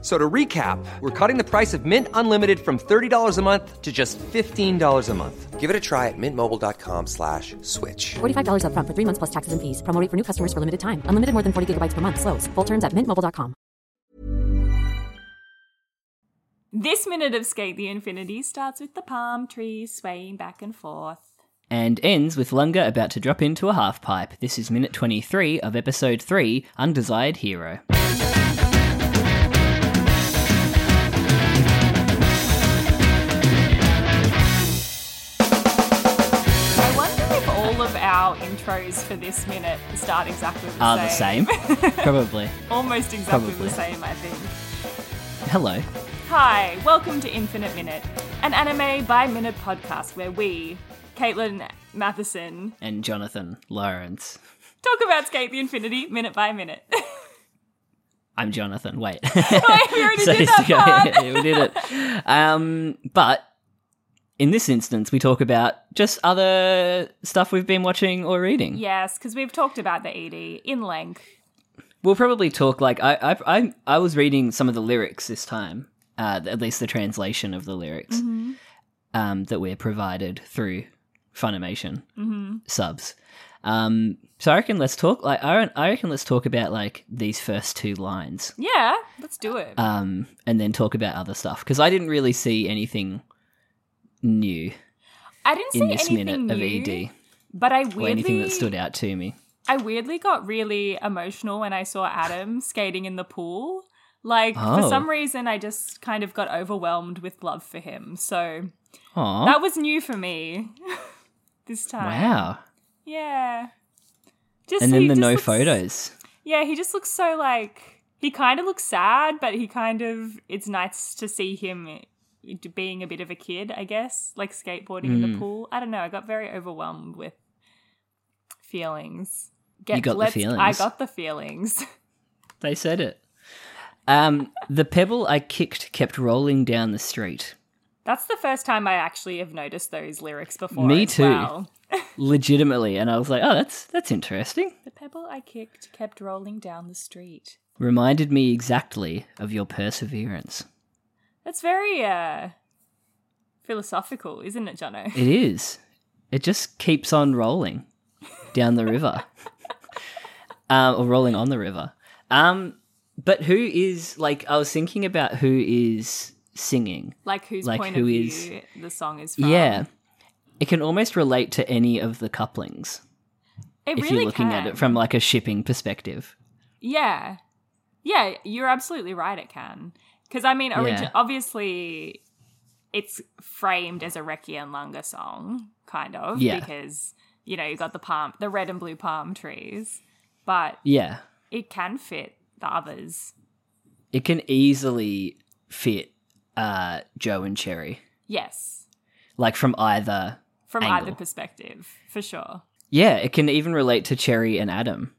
So to recap, we're cutting the price of Mint Unlimited from $30 a month to just $15 a month. Give it a try at mintmobile.com slash switch. $45 upfront for three months plus taxes and fees. Promo rate for new customers for limited time. Unlimited more than 40 gigabytes per month. Slows. Full terms at mintmobile.com. This minute of Skate the Infinity starts with the palm trees swaying back and forth. And ends with Lunga about to drop into a half pipe. This is minute 23 of episode 3 Undesired Hero. I wonder if all of our intros for this minute start exactly the Are the same. same? Probably. Almost exactly Probably. the same, I think. Hello. Hi, welcome to Infinite Minute, an anime by minute podcast where we, Caitlin Matheson, And Jonathan Lawrence. talk about Skate the Infinity minute by minute. I'm Jonathan. Wait. we already So did that it's- part. yeah, we did it. Um, but in this instance, we talk about just other stuff we've been watching or reading. yes, because we've talked about the ED in length. We'll probably talk like I I I, I was reading some of the lyrics this time, uh, at least the translation of the lyrics Mm-hmm. um, that we're provided through Funimation Mm-hmm. subs. Um, so I reckon let's talk like I reckon- I reckon let's talk about like these first two lines Yeah, let's do it. um, and then talk about other stuff because I didn't really see anything new I didn't see in this anything new, minute of ED but I or anything that weirdly stood out to me. I weirdly got really emotional when I saw Adam skating in the pool. Like for Oh. some reason I just kind of got overwhelmed with love for him. So Aw, that was new for me this time. Oh. wow! Yeah. Just And he then the just no looks- photos. Yeah, he just looks so like he kind of looks sad, but he kind of it's nice to see him eh, being a bit of a kid, I guess, like skateboarding in Hmm. the pool. I don't know. I got very overwhelmed with feelings. Get, got the let's- I feelings. got the feelings. They said it. Um, the pebble I kicked kept rolling down the street. That's the first time I actually have noticed those lyrics before. Me as too. well. Legitimately, and I was like, "Oh, that's that's interesting." The pebble I kicked kept rolling down the street. Reminded me exactly of your perseverance. That's very uh philosophical, isn't it, Jono? It is. It just keeps on rolling down the river, um, or rolling on the river. Um, but who is like? I was thinking about who is singing. Like whose Like point who of is- view the song is from. Yeah, it can almost relate to any of the couplings It if really you're looking can. at it from like a shipping perspective. Yeah. Yeah, you're absolutely right, it can. Because, I mean, origi- Yeah. obviously, it's framed as a Reki and Lunga song, kind of. Yeah. Because, you know, you got the palm, the red and blue palm trees, but Yeah. it can fit the others. it can easily fit uh, Joe and Cherry, Yes. like from either. From Angle. either perspective, for sure. Yeah, it can even relate to Cherry and Adam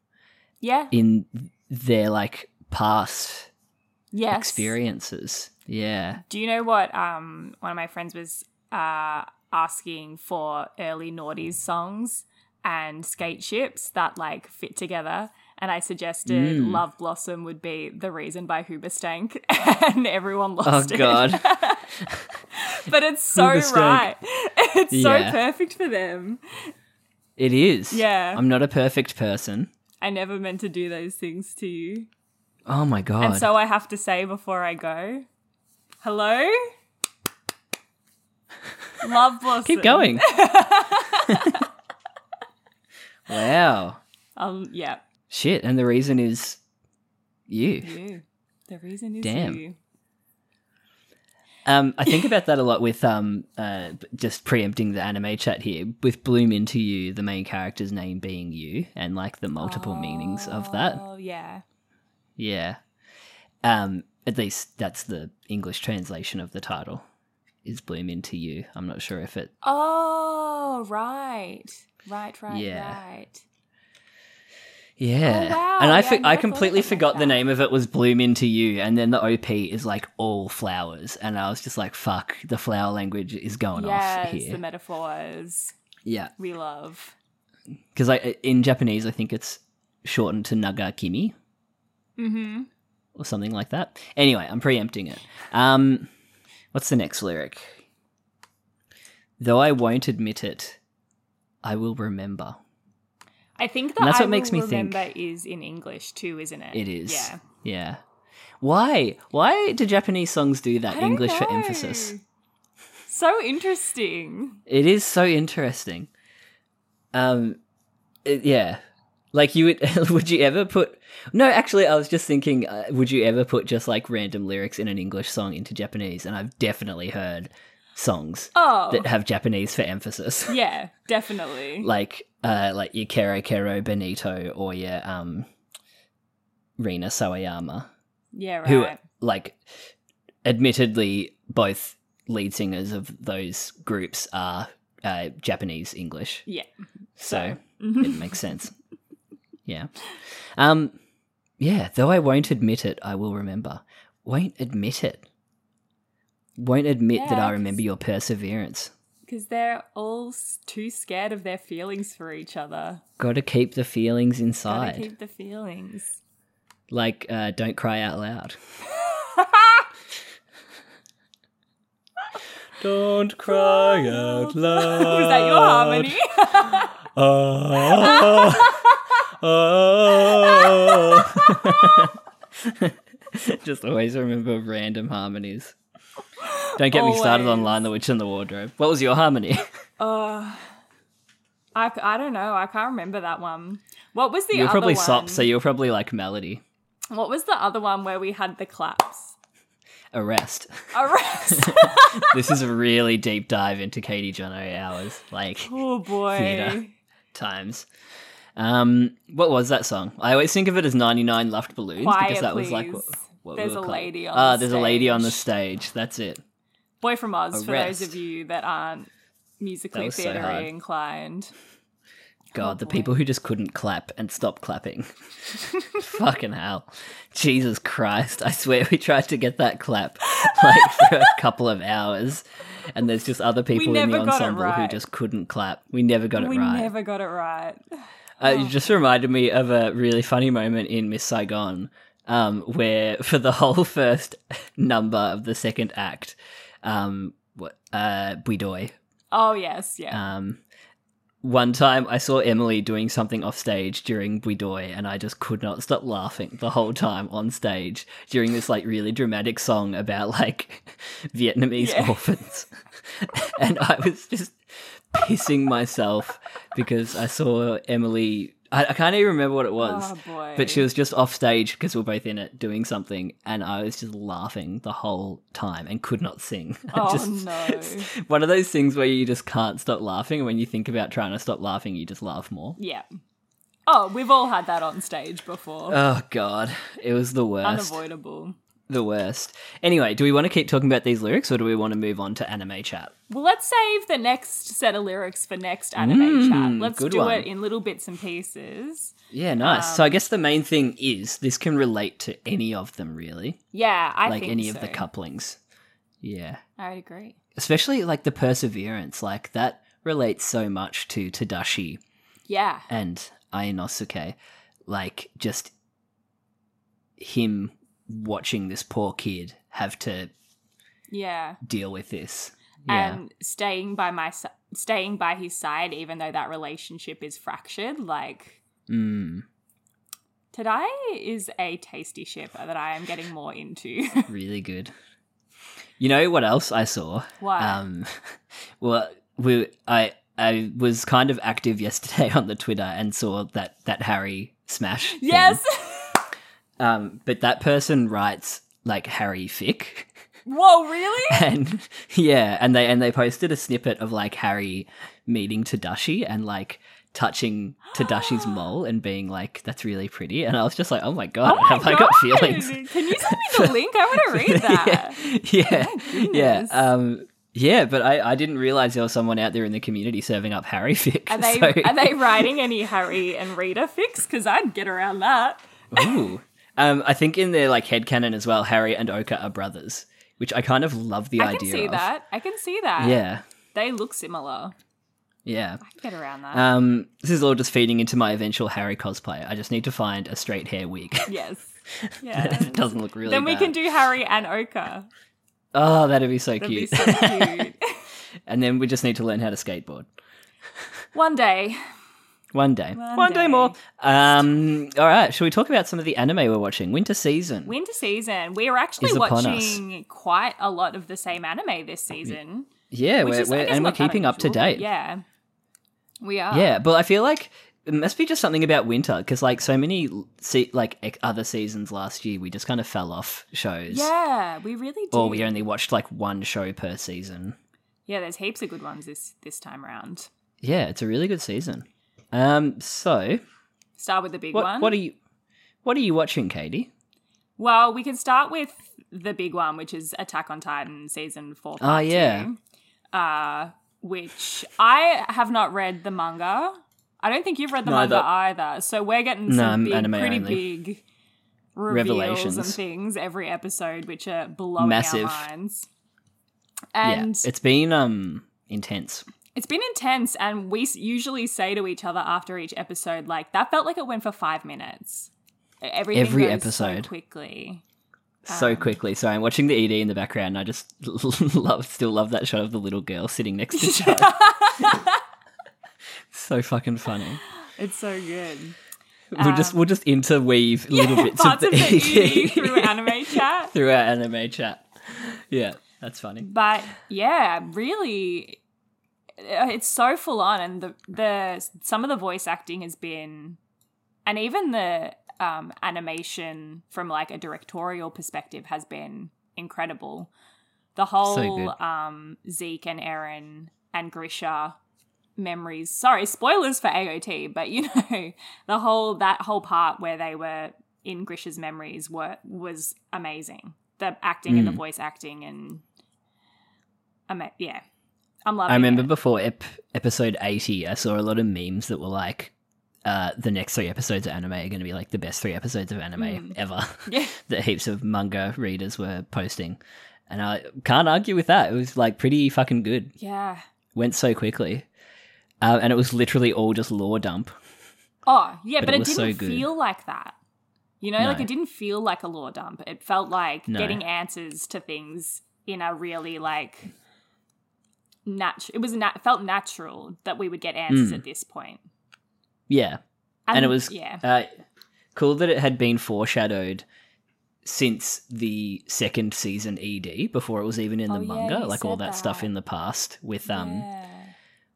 Yeah. in their like past Yes. experiences. Yeah. Do you know what um, one of my friends was uh, asking for early noughties songs and skate ships that like fit together? And I suggested Mm. Love Blossom would be the reason by Hoobastank, and everyone lost it. Oh, God. but it's so Hoobastank. right. It's so Yeah. perfect for them. It is. Yeah. I'm not a perfect person. I never meant to do those things to you. Oh my god. And so I have to say before I go, hello? Love Blossom. Keep going. wow. Um, yeah. Shit. And the reason is you. you. The reason is Damn. you. Um, I think about that a lot with um, uh, just preempting the anime chat here with Bloom into you, the main character's name being you, and like the multiple meanings of that. Oh yeah. Yeah. Um, at least that's the English translation of the title. Is Bloom into you? I'm not sure if it. Oh right, right, right, Yeah. right. Yeah. Oh, wow. And I, Yeah, for- I I never completely thought of it like forgot the that. name of it was Bloom Into You, and then the OP is like all flowers. And I was just like, fuck, the flower language is going off yes, here. the metaphors yeah. we love. Because I in Japanese, I think it's shortened to Nagakimi Mm-hmm. or something like that. Anyway, I'm preempting it. Um, what's the next lyric? Though I won't admit it, I will remember. I think that And that's I what makes Will me think. remember is in English too, isn't it? It is. Yeah. Yeah. Why? Why do Japanese songs do I that? don't Uh, English for know. emphasis. So interesting. It is so interesting. Um, it- yeah, like you would. would you ever put? No, actually, I was just thinking. Uh, would you ever put just like random lyrics in an English song into Japanese? And I've definitely heard songs Oh, that have Japanese for emphasis, yeah, definitely. like uh, like your Kero Kero Benito or your um, Rina Sawayama, yeah, right. who like, admittedly, both lead singers of those groups are uh, Japanese English. yeah. So Mhm. it makes sense. Yeah. Um yeah, though I won't admit it, I will remember. Won't admit it. Won't admit that Yeah, I remember 'cause- your perseverance. Because they're all s- too scared of their feelings for each other. Gotta keep the feelings Gotta inside. keep the feelings. Like uh, don't cry out loud. don't cry out loud. Was that your harmony? Just always remember random harmonies. Don't get me started on Always. Line the Witch in the Wardrobe. What was your harmony? I, c- I don't know. I can't remember that one. What was the you were other probably one? sop, so you were probably like melody. What was the other one where we had the claps? Oh, Arrest. Arrest. this is a really deep dive into Katie Jono hours, like oh boy. Theatre. times. Um, what was that song? I always think of it as 99 Luft Balloons because Quiet, that was like what, please. what There's we a were called. lady on Ah, the there's a lady on the stage. Oh, stage. That's it. Boy from Oz, for those Arrest. of you that aren't musically was so theatre hard. inclined. God, the people who just couldn't clap and stop clapping. Fucking hell. Jesus Christ. I swear we tried to get that clap like for a couple of hours. And there's just other people in never the got it ensemble who right. just couldn't clap. We never got it We right. never got it right. Uh, it just reminded me of a really funny moment in Miss Saigon, um, where for the whole first number of the second act, um, what, uh, Buidoy, Oh yes, yeah. um, one time I saw Emily doing something off stage during Buidoy, and I just could not stop laughing the whole time on stage during this like really dramatic song about like Vietnamese Yeah. orphans. and I was just pissing myself because I saw Emily. I, I can't even remember what it was, Oh, boy. but she was just off stage because we are both in it doing something, and I was just laughing the whole time and could not sing. I oh just- no. one of those things where you just can't stop laughing and when you think about trying to stop laughing you just laugh more Yeah. Oh, we've all had that on stage before. oh god it was the worst Unavoidable. the worst anyway do we want to keep talking about these lyrics or do we want to move on to anime chat Well, let's save the next set of lyrics for next anime chat. Let's Mm, good do one. it in little bits and pieces. yeah nice so Um, i guess the main thing is this can relate to any of them really Yeah, I like think any of the so. couplings yeah I would agree. especially like the perseverance like that relates so much to tadashi Yeah. and Ainosuke, like just him watching this poor kid have to Yeah. deal with this. Yeah. And staying by my si- staying by his side even though that relationship is fractured like Mm, today is a tasty ship that I am getting more into. really good. You know what else I saw? What? Um, well, we I I was kind of active yesterday on the Twitter and saw that that Harry smash. thing. yes. Um, but that person writes like Harry fic. Whoa, really? and yeah, and they and they posted a snippet of like Harry meeting Tadashi and like touching Tadashi's mole and being like, "That's really pretty." And I was just like, "Oh my god, Oh my have I got God. feelings?" Can you send me the link? I want to read that. yeah, yeah. Oh goodness. Um, Yeah, but I, I didn't realize there was someone out there in the community serving up Harry fic. Are they so- are they writing any Harry and Rita fix? Because I'd get around that. Ooh. Um, I think in their like headcanon as well, Harry and Oka are brothers, which I kind of love the I can idea see of. that. I can see that. Yeah. they look similar. Yeah. I'd get around that. Um, this is all just feeding into my eventual Harry cosplay. I just need to find a straight hair wig yes. Yeah. that doesn't look really then we bad. can do Harry and Oka. Oh, that'd be so That'd cute. be so cute. and then we just need to learn how to skateboard. One day. One day. One day day. more. Um, all right. Shall we talk about some of the anime we're watching? Winter season. Winter season. We are actually Is upon watching quite a lot of the same anime this season. yeah, which we're, is, I we're, guess, and we're not that keeping up to unusual. date. Yeah. We are. Yeah, but I feel like it must be just something about winter because, like, so many se- like ex- other seasons last year, we just kind of fell off shows, Yeah, we really do. or we only watched like one show per season. yeah, there's heaps of good ones this this time round. Yeah, it's a really good season. Um, so Start with the big what one. what are you what are you watching, Katie? Well, we can start with the big one, which is Attack on Titan season four. Ah, part yeah. two, uh, which I have not read the manga. I don't think you've read the Neither. manga either. So we're getting No, some I'm big, anime pretty only. big reveals and Revelations. things every episode, which are blowing Massive. our minds. And yeah, it's been um intense. it's been intense, and we s- usually say to each other after each episode, like that felt like it went for five minutes. E-, Everything Every goes so episode. quickly. Um. So quickly, sorry. I'm watching the ED in the background. And I just love, still love that shot of the little girl sitting next to Chad. so fucking funny. It's so good. We'll just we'll just interweave little bits Um, parts of of the, E the E ED ED through anime chat. through our anime chat. Yeah, that's funny. But yeah, really, uh, it's so full on, and the the some of the voice acting has been, and even the um, animation from like a directorial perspective has been incredible. The whole good. um, Zeke and Aaron and Grisha memories. Sorry, spoilers for AOT, but you know the whole that whole part where they were in Grisha's memories were was amazing. The acting Mm. and the voice acting and ama- yeah, I'm loving. I remember it. before ep- episode eighty, I saw a lot of memes that were like, uh, "The next three episodes of anime are going to be like the best three episodes of anime ever." Hmm. Yeah. that heaps of manga readers were posting, and I can't argue with that. It was like pretty fucking good. Yeah. Went so quickly, uh, and it was literally all just lore dump. Oh yeah, But but, it it, was so didn't good. feel like that. You know, like No. it didn't feel like a law dump. It felt like No. getting answers to things in a really like natural. It was nat- felt natural that we would get answers at this point. Yeah, Hmm. and, it was yeah, uh, cool that it had been foreshadowed since the second season ED before it was even in the Oh, yeah, manga, you like all said that, stuff that. in the past with um Yeah.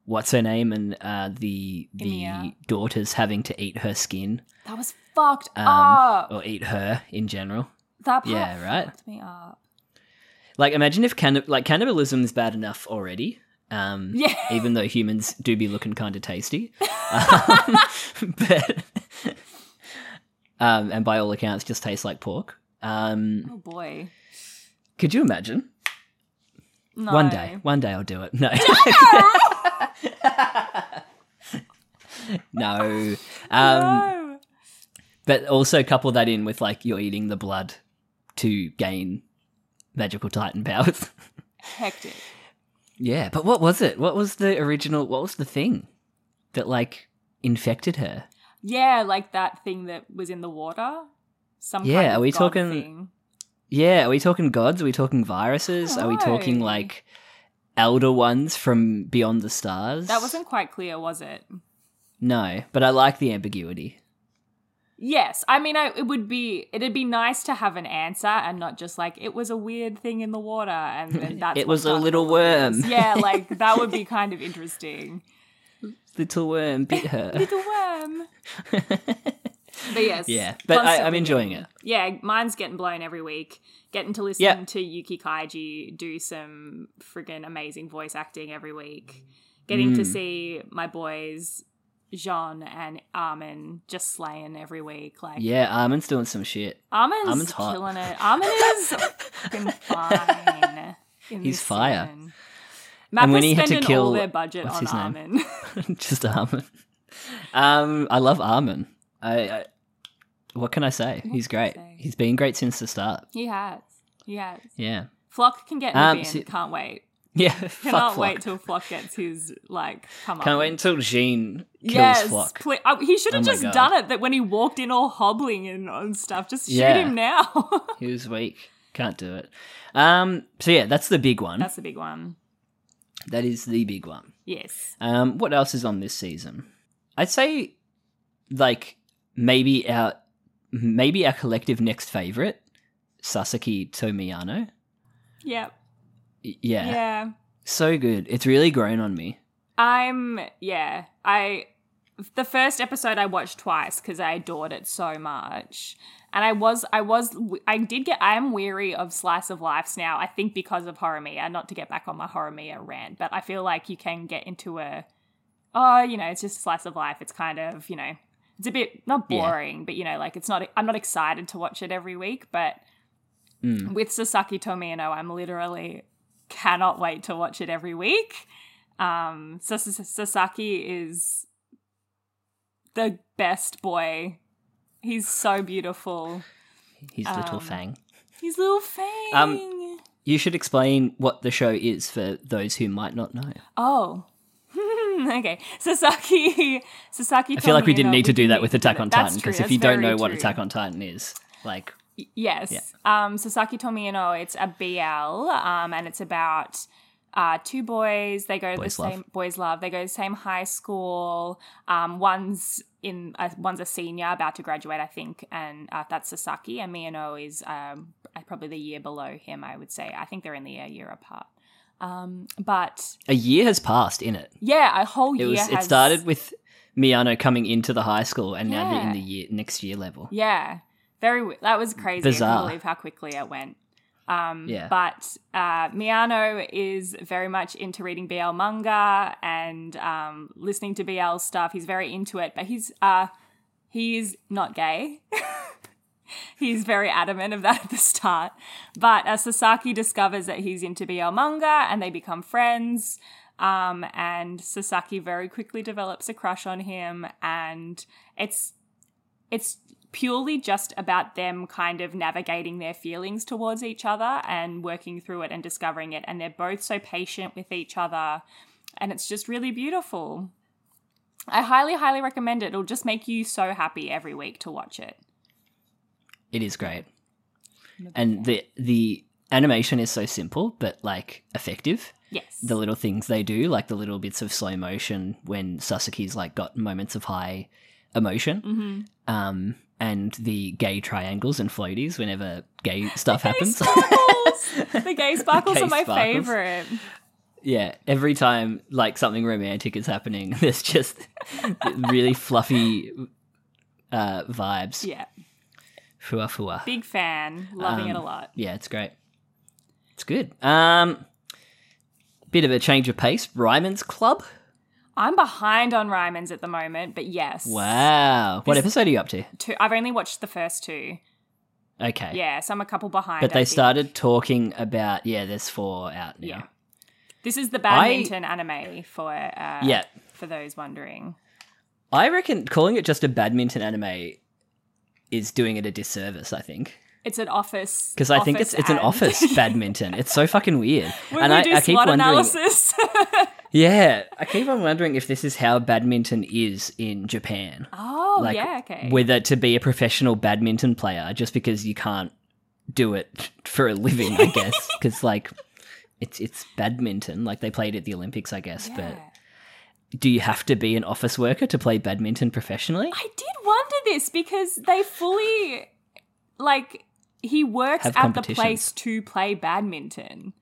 what's her name and uh, the the Emiya. daughters having to eat her skin that was fucked um, up. or eat her in general. That part yeah, right. fucked me up. Like imagine if can like cannibalism is bad enough already. Um, Yeah. Even though humans do be looking kind of tasty, um, but um, and by all accounts, just tastes like pork. Um, Oh boy. Could you imagine? No. One day, one day I'll do it. No. no. Um, No. But also couple that in with like you're eating the blood to gain magical titan powers. Hectic. yeah, but what was it? What was the original? What was the thing that like infected her? Yeah, like that thing that was in the water. Some Yeah, kind are of we god talking- thing. Yeah, are we talking gods? Are we talking viruses? Are we talking No. like elder ones from beyond the stars? That wasn't quite clear, was it? No, but I like the ambiguity. Yes, I mean, I, it would be it'd be nice to have an answer and not just like it was a weird thing in the water and then that's it what was a started little all of worm. this. Yeah, like that would be kind of interesting. Little worm bit her. Little worm. But yes, yeah, but I, I'm constantly enjoying it. yeah, mine's getting blown every week. Getting to listen Yeah. to Yuki Kaiji do some friggin' amazing voice acting every week. Mm. Getting to see my boys Jean and Armin just slaying every week. Like Yeah, Armin's doing some shit. Armin's, Armin's hot. killing it. Armin is fucking fine. in He's this fire. season. Map And when was he had to spending all kill- their budget what's on his name? Armin. Just Armin. Um, I love Armin. I, I what can I say? He's great. say? He's been great since the start. he has. He has. Yeah. Flock can get in Um, the bin. so- Can't wait. Yeah. Cannot Fuck wait Flock. till Flock gets his like come up. Can't wait until Jean kills yes, Flock. pl- oh, he should Oh have my just God. done it. That when he walked in all hobbling and, and stuff, just shoot Yeah. Hmm? him now. He was weak. Can't do it. Um, so yeah, that's the big one. That's the big one. That is the big one. Yes. Um, what else is on this season? I'd say, like maybe our maybe our collective next favorite, Sasaki Tomiyano. Yep. Y- Yeah. Yeah, so good. It's really grown on me. I'm. Yeah. I. The first episode I watched twice because I adored it so much, and I was. I was. I did get. I am weary of slice of lives now. I think because of Horimiya. Not to get back on my Horimiya rant, but I feel like you can get into a. Oh, you know, it's just a slice of life. It's kind of you know, it's a bit not Yeah. boring, but you know, like it's not. I'm not excited to watch it every week, but Mm. with Sasaki Tomino, I'm literally cannot wait to watch it every week. Um, so S- S- Sasaki is the best boy. He's so beautiful. His Um, little fang. He's little Fang. Um, You should explain what the show is for those who might not know. oh. okay, Sasaki. Sasaki. I feel like we didn't Tomino, need to do that didn't with need to Attack on That's Titan true, because if that's you don't very know what true. Attack on Titan is, like Yes. Um, Sasaki Tomino, it's a BL, um, and it's about uh, two boys. They go to Boys the love. same boys love. They go to the same high school. Um, one's in uh, one's a senior about to graduate, I think, and uh, that's Sasaki. And Miyano is um, probably the year below him. I would say. I think they're in the uh, year year apart. Um, but a year has passed in it. yeah, a whole It year. was it has- started with Miyano coming into the high school, and now they're in Yeah. the year next year level. Yeah, very. w- That was crazy. I Bizarre. can't believe how quickly it went. Um, Yeah. But uh, Miano is very much into reading BL manga and um, listening to BL stuff. He's very into it, but he's uh, he's not gay. he's very adamant of that at the start. But uh, Sasaki discovers that he's into BL manga, and they become friends. Um, and Sasaki very quickly develops a crush on him, and it's it's purely just about them kind of navigating their feelings towards each other and working through it and discovering it. And they're both so patient with each other, and it's just really beautiful. I highly, highly recommend it. It'll just make you so happy every week to watch it. It is great. And the the animation is so simple but like effective. Yes. The little things they do, like the little bits of slow motion when Sasaki's like got moments of high emotion. Mm-hmm. Um and the gay triangles and floaties whenever gay stuff happens. sparkles. the gay sparkles Gay are my sparkles. favorite. yeah, every time like something romantic is happening, there's just really fluffy uh vibes. Yeah. Fua fua. Big fan. Loving Um, it a lot. Yeah, it's great. It's good. Um, bit of a change of pace. Ryman's Club. I'm behind on Ryman's at the moment, but yes. Wow. What episode are you up to? Two, I've only watched the first two. Okay. Yeah, so I'm a couple behind. But I they think. started talking about yeah, there's four out now. Yeah. This is the badminton anime for uh, Yeah. for those wondering. I reckon calling it just a badminton anime is doing it a disservice. I think It's an office because I think it's office it's an ad. office badminton. It's so fucking weird. we, and we I, do I keep SWOT wondering. analysis. Yeah, I keep on wondering if this is how badminton is in Japan. oh like yeah, okay. whether to be a professional badminton player just because you can't do it for a living i guess because like it's it's badminton like they played at the olympics i guess Yeah. but do you have to be an office worker to play badminton professionally I did wonder this because they fully like he works Have at the competitions. place to play badminton.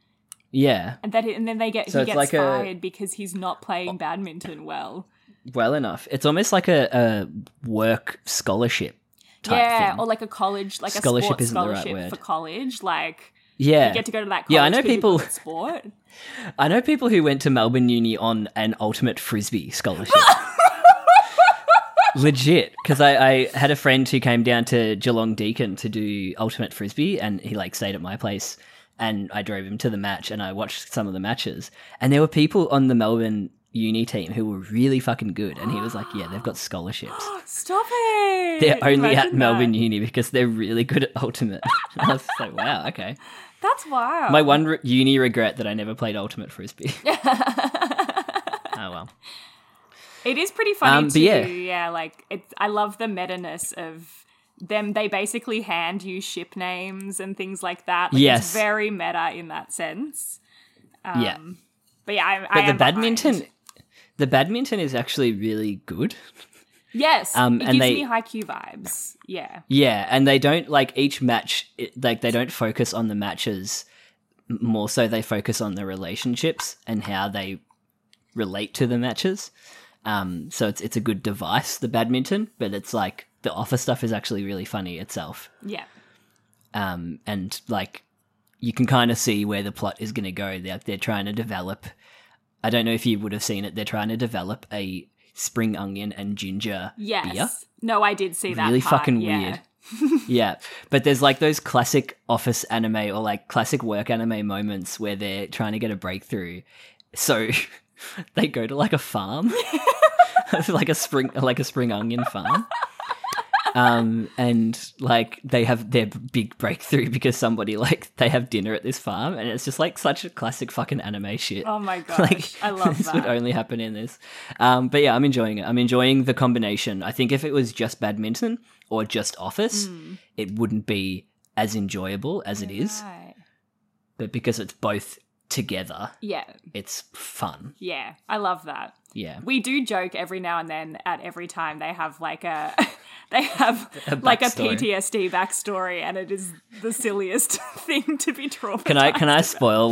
yeah And that and then they get So he it's gets like a- fired because he's not playing badminton well. well enough it's almost like a, a work scholarship type Yeah, thing or like a college like Scholarship a sports isn't the right scholarship word. for college like yeah you get to go to that college Yeah, I know but you people- play sport. i know people who went to melbourne uni on an ultimate frisbee scholarship legit because I, I had a friend who came down to geelong deacon to do ultimate frisbee and he like stayed at my place and I drove him to the match and I watched some of the matches. And there were people on the Melbourne uni team who were really fucking good. And he was like, Yeah, they've got scholarships. Stop it. They're only at Imagine Melbourne that. Uni because they're really good at Ultimate. And I was just like, Wow, okay. That's wild. My one re- uni regret that I never played Ultimate Frisbee. oh, well. It is pretty funny Um, but too. yeah. Yeah, like it's, I love the meta ness of them. They basically hand you ship names and things like that. Like, Yes. it's very meta in that sense. yeah. But yeah, Um, I, I But the am behind. badminton. The badminton is actually really good. Yes, Um, it and gives they- me high Q vibes. Yeah, Yeah, and they don't like each match. It, like they don't focus on the matches. m- More so, they focus on the relationships and how they relate to the matches. Um, so it's it's a good device, the badminton, but it's like the offer stuff is actually really funny itself. yeah, um, and like you can kind of see where the plot is going to go. They're, they're trying to develop. I don't know if you would have seen it. They're trying to develop a spring onion and ginger yes. beer. No, I did see that. Really part, fucking yeah. weird. yeah, but there's like those classic office anime or like classic work anime moments where they're trying to get a breakthrough. So they go to like a farm, like a spring, like a spring onion farm. Um, and like they have their big breakthrough because somebody like they have dinner at this farm, and it's just like such a classic fucking anime shit. Oh my gosh, Like, I love this would that. only happen in this. Um, but yeah, I'm enjoying it. I'm enjoying the combination. I think if it was just badminton or just office, Hmm. it wouldn't be as enjoyable as it is. Right. But because it's both together, Yeah, it's fun. yeah, I love that. Yeah. We do joke every now and then at every time they have like a they have A like a backstory. PTSD backstory and it is the silliest thing to be traumatized. Can I can I spoil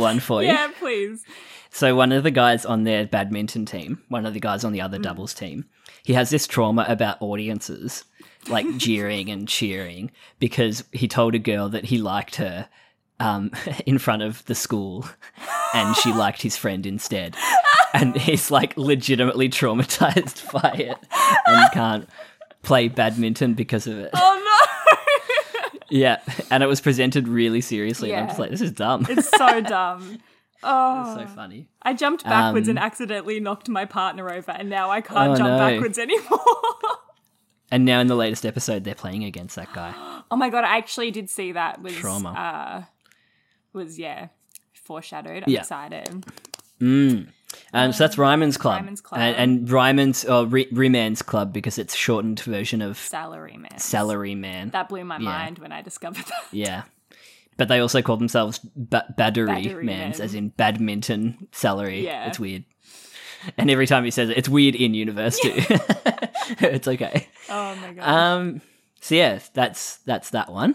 one for you? Yeah, please. So one of the guys on their badminton team, one of the guys on the other doubles team, he has this trauma about audiences like jeering and cheering because he told a girl that he liked her um, in front of the school and she liked his friend instead. And he's like legitimately traumatized by it and can't play badminton because of it. Oh no. Yeah. And it was presented really seriously. And I'm Yeah. just like, this is dumb. It's It's so dumb. Oh, so funny. I jumped backwards and accidentally knocked my partner over, and now I can't Um, Oh, jump no. backwards anymore. And now in the latest episode, they're playing against that guy. oh my god, I actually did see that was uh, Trauma. was yeah foreshadowed. I'm Yeah. excited. Um, so that's Ryman's Club. Ryman's Club. And, and Ryman's, or Re- Reman's Club, because it's shortened version of Salary man. Salary Man. that blew my mind when I discovered that. yeah. But they also call themselves ba- Battery Battery Mans, Men. as in badminton salary. Yeah. It's weird. And every time he says it, it's weird in universe too. it's okay. Oh my god. Um, so yeah, that's that's that one.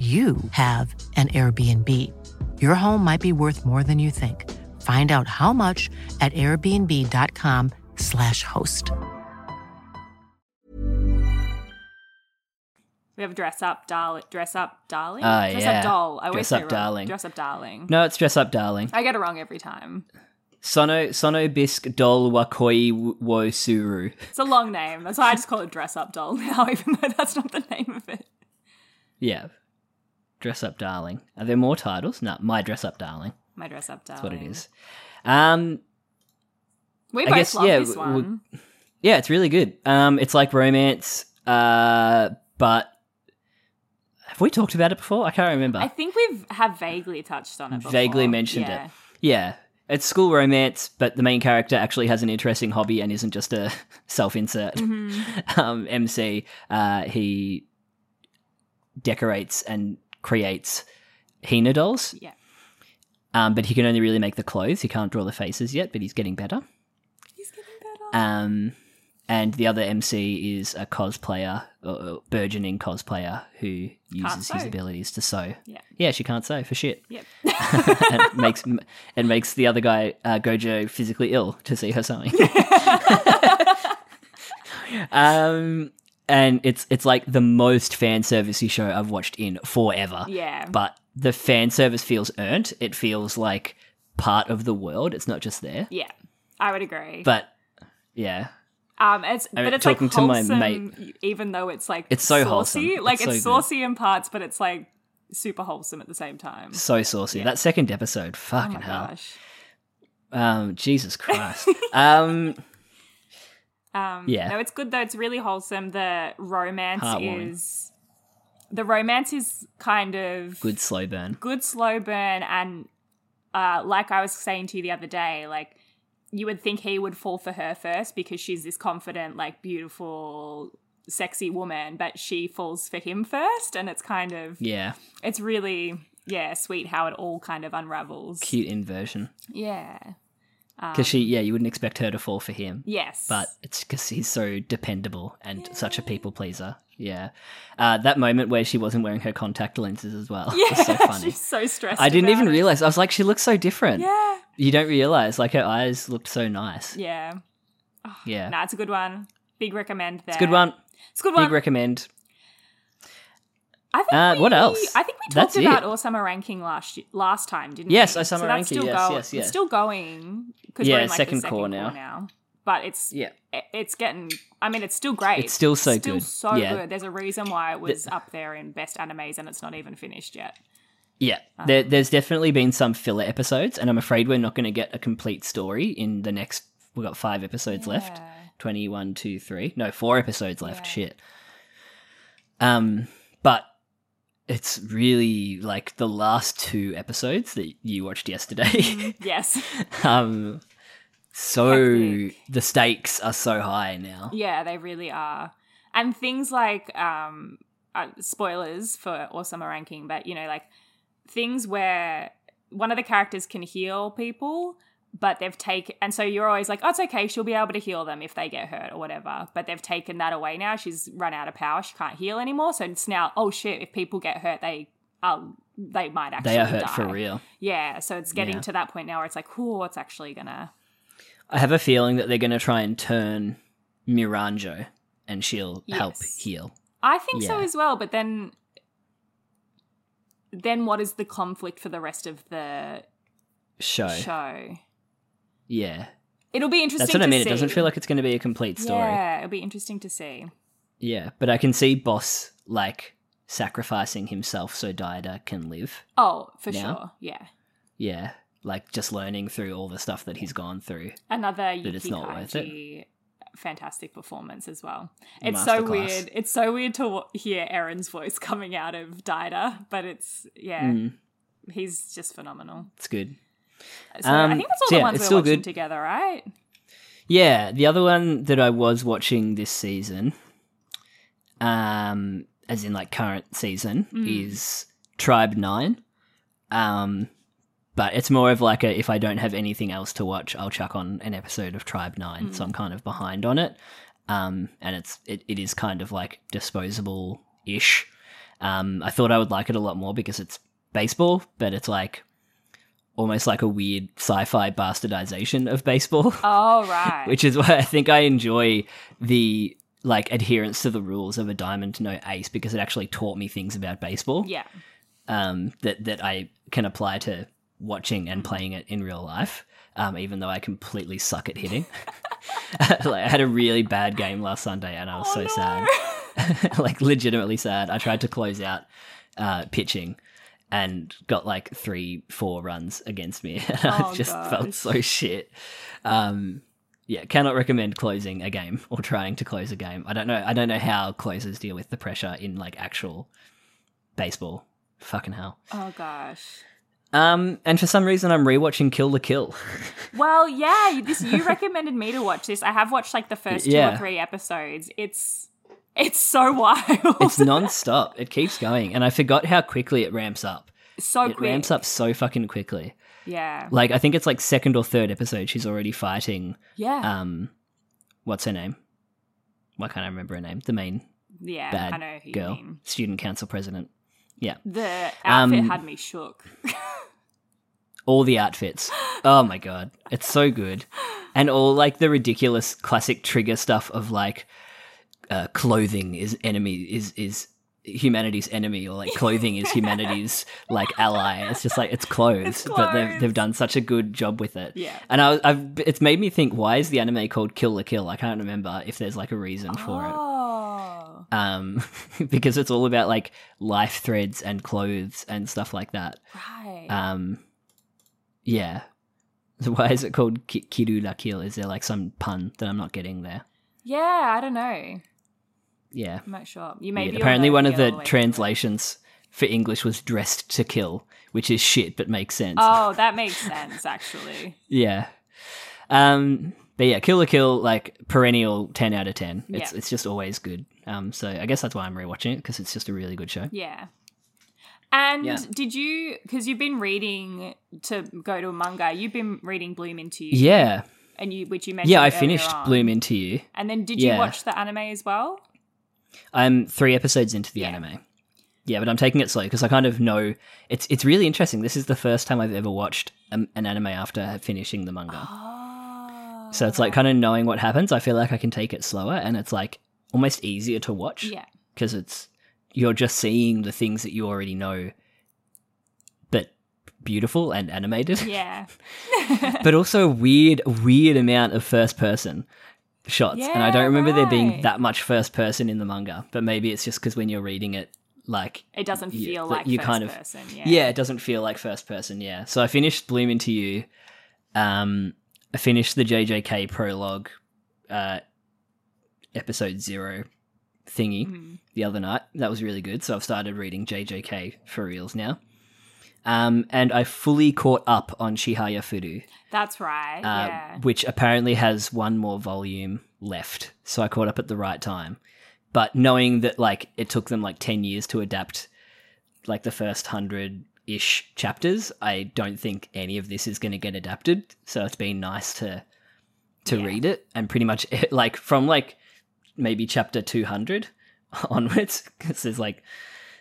you have an Airbnb. Your home might be worth more than you think. Find out how much at airbnb.com/slash host. We have dress up, darling. Dress up, darling. Ah, dress yeah. up, doll. I always Dress say Up wrong. Darling. Dress up, darling. No, it's Dress Up Darling. I get it wrong every time. Sono Sono Bisque Dol Wakoi Wo Suru. It's a long name. That's why I just call it dress up, doll now, even though that's not the name of it. Yeah. Dress Up Darling. Are there more titles? No, My Dress Up Darling. My dress up, darling. That's what it is. Um, We I both guess, love yeah, this w- one. w- yeah, it's really good. Um, it's like romance, uh, but Have we talked about it before? I can't remember. I think we've have vaguely touched on it. Before. ah. vaguely mentioned it. Yeah. It's school romance, but the main character actually has an interesting hobby and isn't just a self insert um, MC. Uh, he decorates and creates Hina dolls, Yeah. um, but he can only really make the clothes. He can't draw the faces yet, but he's getting better. He's getting better. Um, and the other MC is a cosplayer, uh, burgeoning cosplayer who uses his sew. abilities to sew. Yeah. yeah, she can't sew for shit. Yep. and it makes and makes the other guy uh, Gojo physically ill to see her sewing. um, and it's it's like the most fan servicey show I've watched in forever. Yeah. but the fan service feels earned. It feels like part of the world. It's not just there. Yeah. I would agree. But yeah, Um, it's I mean, but it's talking like to my wholesome, e, mate- even though it's like It's so saucy. wholesome. Like It's it's, so good. saucy in parts, but it's like super wholesome at the same time. so saucy. That second episode, Oh fucking my hell. gosh. Um, Jesus Christ. um, Um, Yeah. No, it's good though. It's really wholesome. The romance Heartwarming. is the romance is kind of good slow burn. good slow burn and uh, like I was saying to you the other day, like you would think he would fall for her first because she's this confident, like beautiful, sexy woman, but she falls for him first, and it's kind of Yeah, it's really yeah sweet how it all kind of unravels. cute inversion. Yeah. Because she, yeah, you wouldn't expect her to fall for him. Ah. Yes. but it's because he's so dependable and such a people pleaser. Yeah, uh, that moment where she wasn't wearing her contact lenses as well yeah, was so funny. she's so stressed. I didn't about even it. realize. I was like, she looks so different. Yeah. You don't realize, like her eyes looked so nice. Yeah, Yeah. Nah, it's a good one. Big recommend there. it's a good one. It's a good Big one. recommend. I think Uh, we, what else? I think we That's talked about it. all summer ranking last y- last time, didn't Yes, we? our summer so that's ranking, Still yes, go- yes, yes. It's still going because Yeah, we're in like second the second core core now. now. But it's Yeah. i- it's getting. I mean, it's still great. It's still so still good. so Yeah. good. There's a reason why it was up there in best animes, and it's not even finished yet. Yeah, there, there's definitely been some filler episodes, and I'm afraid we're not going to get a complete story in the next. We've got five episodes left 21, 2, 3. No, four episodes left. Shit. Um, But it's really like the last two episodes that you watched yesterday. Yes. um, so Hectic. the stakes are so high now. Yeah, they really are. And things like um uh, spoilers for awesome ranking, but you know, like things where one of the characters can heal people, but they've taken and so you're always like, Oh, it's okay, she'll be able to heal them if they get hurt or whatever. But they've taken that away now. She's run out of power, she can't heal anymore. So it's now, oh shit, if people get hurt, they are they might actually They are hurt die. for real. Yeah. So it's getting Yeah. to that point now where it's like, oh, what's actually gonna I have a feeling that they're going to try and turn Miranjo and she'll help Yes. heal. I think so Yeah. as well, but then then what is the conflict for the rest of the show? Yeah. It'll be interesting That's what to I mean. see. It doesn't feel like it's going to be a complete story. Yeah. Yeah, it'll be interesting to see. But I can see Boss, like, sacrificing himself so Dida can live. Oh, for Now? sure. Yeah. Yeah. Like, just learning through all the stuff that he's gone through. Another That it's Yuki not worth it. Kaiji fantastic performance as well. It's so Masterclass. weird. It's so weird to wa- hear Aaron's voice coming out of Dida, but it's yeah, Mm, he's just phenomenal. it's good. So Um, I think that's all so the yeah, ones it's we're still watching good. together, right? Yeah. The other one that I was watching this season, um, as in, like, current season, is Tribe 9. Um, but it's more of like a if I don't have anything else to watch, I'll chuck on an episode of Tribe Nine. So I'm kind of behind on it, um, and it's it, it is kind of like disposable ish. Um, I thought I would like it a lot more because it's baseball, but it's like almost like a weird sci-fi bastardization of baseball Oh right. which is why I think I enjoy the like adherence to the rules of a diamond no ace because it actually taught me things about baseball yeah. um, that that I can apply to watching and playing it in real life. Um, even though I completely suck at hitting, like, I had a really bad game last Sunday, and I was so sad, like legitimately sad. I tried to close out uh, pitching and got like three, four runs against me. And I Oh, just felt gosh. so shit. Um, yeah, cannot recommend closing a game or trying to close a game. I don't know. I don't know how closers deal with the pressure in like actual baseball. Fucking hell. Oh gosh. Um, and for some reason, I'm rewatching Kill the Kill. Well, yeah, you- this you recommended me to watch this. I have watched like the first two Yeah. or three episodes. It's it's so wild. it's non-stop. It keeps going, and I forgot how quickly it ramps up. so it quick. ramps up so fucking quickly. Yeah. Like I think it's like second or third episode. She's already fighting. Yeah. Um, what's her name? Why can't I remember her name? The main yeah. bad I know who girl, you mean. student council president. Yeah, The Um, outfit had me shook. all the outfits. Oh my god, it's so good, and all like the ridiculous classic trigger stuff of like uh, clothing is enemy is is humanity's enemy or like clothing is humanity's like ally. It's just like it's clothes, but they've clothes. they've done such a good job with it. Yeah. and I was, I've it's made me think why is the anime called Kill the Kill? I can't remember if there's like a reason for it. oh. Um, because it's all about like life threads and clothes and stuff like that. Right. Um, yeah. So why is it called Ki- Kiru la Kill? Is there like some pun that I'm not getting there? yeah, I don't know. Yeah. I'm not sure. You may Weird. be Apparently, all one right, of the other way. translations for English was "dressed to kill," which is shit, but makes sense. Oh, that makes sense actually. Yeah. Um. But yeah, Kill la Kill like perennial ten out of ten. It's Yeah. it's just always good. Um. So I guess that's why I'm rewatching it because it's just a really good show. Yeah. And Yeah. did you, because you've been reading to go to a manga, you've been reading Bloom Into You, Yeah. and you, which you mentioned. Yeah. I earlier finished on. Bloom into you. And then did Yeah. you watch the anime as well? I'm three episodes into the anime. Yeah, but I'm taking it slow because I kind of know it's it's really interesting. This is the first time I've ever watched um, an anime after finishing the manga, Oh. so it's like kind of knowing what happens. I feel like I can take it slower, and it's like almost easier to watch. Yeah. because it's you're just seeing the things that you already know, but beautiful and animated, Yeah. but also weird weird amount of first person shots and i Yeah, don't remember there being right. that much first person in the manga but maybe it's just because when you're reading it like It doesn't Yeah, feel that like you first kind of- person. Yeah. yeah. it doesn't feel like first person. Yeah. So I finished Bloom into You. Um, I finished the JJK prologue, uh, episode zero thingy Hmm. the other night. That was really good. So I've started reading JJK for reals now. Um, and I fully caught up on Shihaya Furu, That's right. uh, yeah. which apparently has one more volume left. So I caught up at the right time. But knowing that like it took them like 10 years to adapt like the first 100 ish chapters, I don't think any of this is going to get adapted. So it's been nice to to read it and pretty much like from like maybe chapter 200 onwards cuz there's like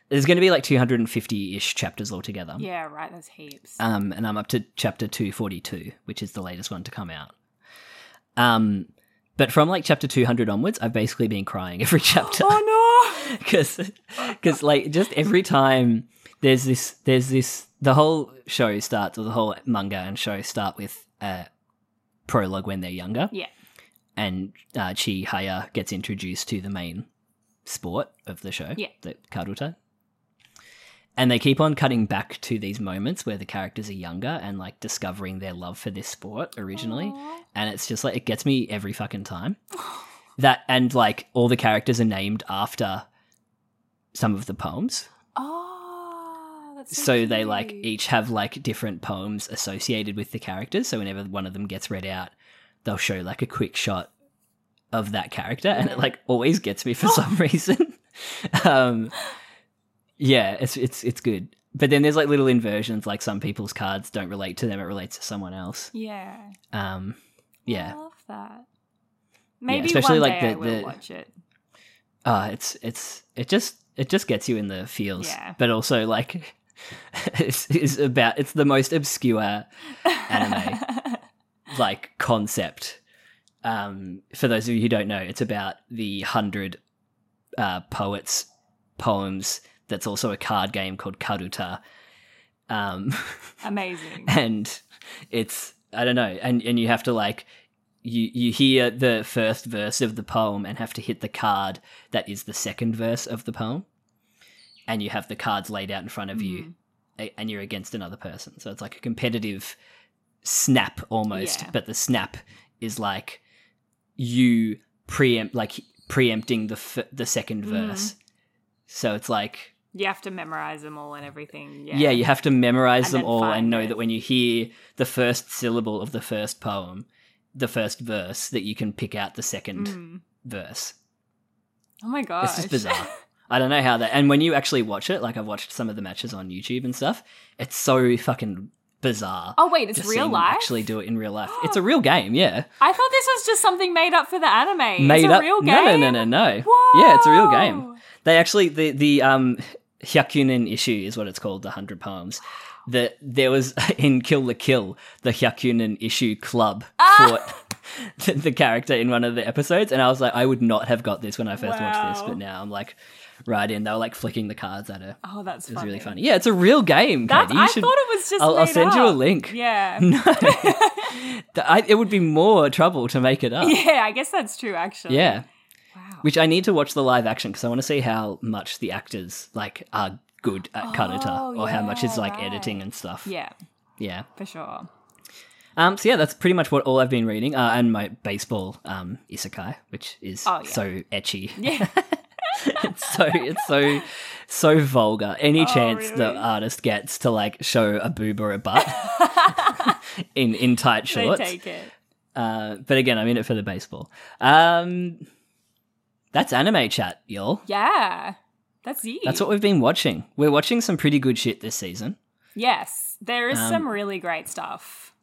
there's going to be like 250 ish chapters altogether. Yeah, right. There's heaps. Um, and I'm up to chapter 242, which is the latest one to come out. Um, but from like chapter 200 onwards, I've basically been crying every chapter oh, no. because because like just every time there's this there's this the whole show starts or the whole manga and show start with a prologue when they're younger Yeah. and uh, Chi Haya gets introduced to the main sport of the show, Yeah. the karuta. And they keep on cutting back to these moments where the characters are younger and like discovering their love for this sport originally, and it's just like it gets me every fucking time. that and like all the characters are named after some of the poems Oh, that's so, so they like cute. each have like different poems associated with the characters so whenever one of them gets read out they'll show like a quick shot of that character and it like always gets me for some reason um yeah it's it's it's good but then there's like little inversions like some people's cards don't relate to them it relates to someone else Yeah. um yeah I love that. Maybe especially, one like, day I the- will the- watch it. uh it's it's it just it just gets you in the feels Yeah. but also like it's, it's about it's the most obscure anime like concept um for those of you who don't know it's about the hundred uh poets poems that's also a card game called karuta um Amazing. and it's I don't know, and and you have to like you you hear the first verse of the poem and have to hit the card that is the second verse of the poem, and you have the cards laid out in front of you, a- and you're against another person, so it's like a competitive snap almost, Yeah. but the snap is like you preempt like preempting the f- the second verse, so it's like You have to memorize them all and everything. Yeah. Yeah, you have to memorize And them then all and find know it. that when you hear the first syllable of the first poem, the first verse, that you can pick out the second verse. Oh my Hmm. gosh. This is bizarre. I don't know how that. And when you actually watch it, like I've watched some of the matches on YouTube and stuff, it's so fucking bizarre. Oh, wait, it's to real see them life? Actually, do it in real life. It's a real game. Yeah, I thought this was just something made up for the anime. made it's a up. real game. No, no, no, no, no. Yeah, it's a real game. Whoa. They actually the the um Hyakunin issue is what it's called. The hundred poems. That there was in Kill the Kill the Hyakunin issue club Ah! fought the, the character in one of the episodes, and I was like, I would not have got this when I first watched this, Wow. but now I'm like, right in. They were like flicking the cards at her. Oh, that's It was funny. really funny. Yeah, it's a real game. That's, Katie. You I should- thought it was just. I'll, I'll made send you a up. link. Yeah. Th- I, it would be more trouble to make it up. Yeah. Yeah, I guess that's true. Actually. Wow. Which I need to watch the live action because I want to see how much the actors like are good at Oh, Karuta or how much yeah, is like right. editing and stuff. yeah, Yeah. for sure. Um, so yeah, that's pretty much what all I've been reading. Uh, and my baseball um, isekai, which is Oh, yeah. so etchy. Yeah. it's so it's so so vulgar. Any chance the Oh, really? artist gets to like show a boob or a butt in in tight they shorts. take it. Uh, but again, I'm in it for the baseball. Um, that's anime chat, y'all. Yeah. That's you. That's what we've been watching. We're watching some pretty good shit this season. Yes, there is Um, some really great stuff.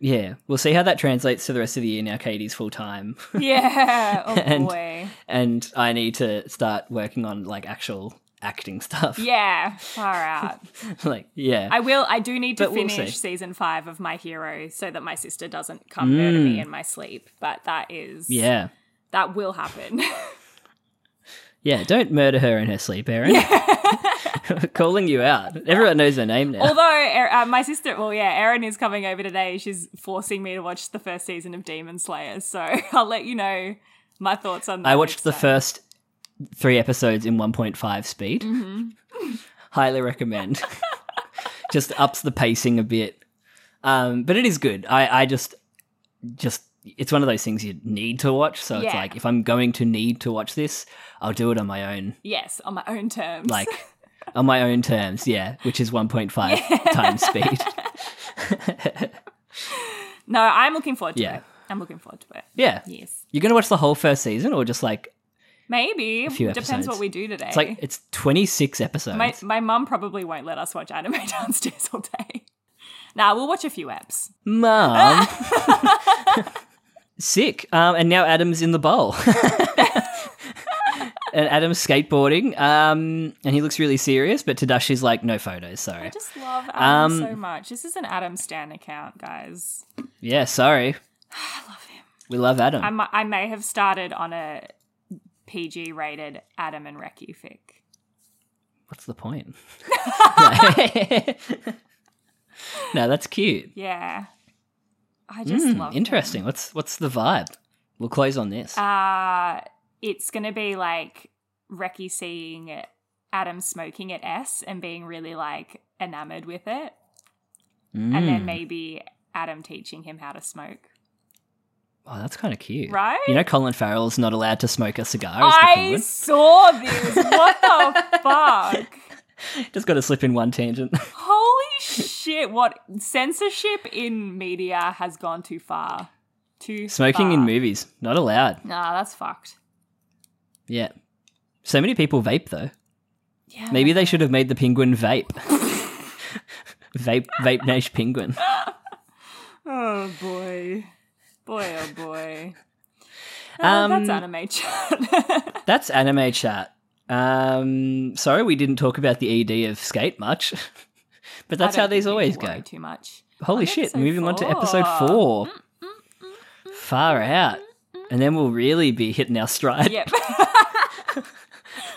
Yeah, we'll see how that translates to the rest of the year. Now Katie's full time, Yeah. Oh And- boy. and I need to start working on like actual acting stuff. Yeah. Far out. like yeah. I will. I do need to But we'll finish see. season five of My Hero so that my sister doesn't come murder me in my sleep. But that is. Mm. yeah. That will happen. Yeah, don't murder her in her sleep, Aaron. Calling you out. Everyone knows her name now. Although Er- uh, my sister, well, yeah, Erin is coming over today. She's forcing me to watch the first season of Demon Slayer, so I'll let you know my thoughts on that. I watched the next time. first three episodes in 1.5 speed. Mm-hmm. Highly recommend. just ups the pacing a bit. Um, but it is good. I, I just, just, it's one of those things you need to watch. So it's Yeah. like, if I'm going to need to watch this, I'll do it on my own, Yes, on my own terms. like on my own terms. Yeah, which is 1.5 times speed. no, I'm looking forward to Yeah. it. I'm looking forward to it. Yeah. Yes, You're going to watch the whole first season or just like maybe few depends episodes. what we do today. It's like it's 26 episodes. Eh. my my mum probably won't let us watch anime downstairs all day. Nah, we'll watch a few eps. Mom. Sick. Um, and now Adam's in the bowl. and Adam's skateboarding. Um, and he looks really serious, but Tadashi's like, no photos, sorry. I just love Adam Um, so much. This is an Adam Stan account, guys. Yeah, sorry. I love him. We love Adam. I mi- I may have started on a PG rated Adam and Reki fic. What's the point? no, that's cute. Yeah. I just Hmm, love them. interesting. What's what's the vibe? We'll close on this. Uh it's gonna be like Reki seeing Adam smoking at S and being really like enamored with it. And then Mm. maybe Adam teaching him how to smoke. Oh, that's kind of cute. Right? You know, Colin Farrell's not allowed to smoke a cigar. as the I penguin. saw this. What the fuck? Just got to slip in one tangent. Holy shit, what censorship in media has gone too far. Too Smoking in far. movies, not allowed. Nah, that's fucked. Yeah. So many people vape though. Yeah. Maybe they should have made the penguin vape. vape vape Nash penguin. Oh boy. Boy oh boy. Um, oh, that's anime chat. That's anime chat. Um sorry we didn't talk about the ED of skate much. but that's I don't how these think we always worry go. Too much. Holy On shit, episode moving on to episode four. 4. mm, Far out. And then we'll really be hitting our stride. Yep.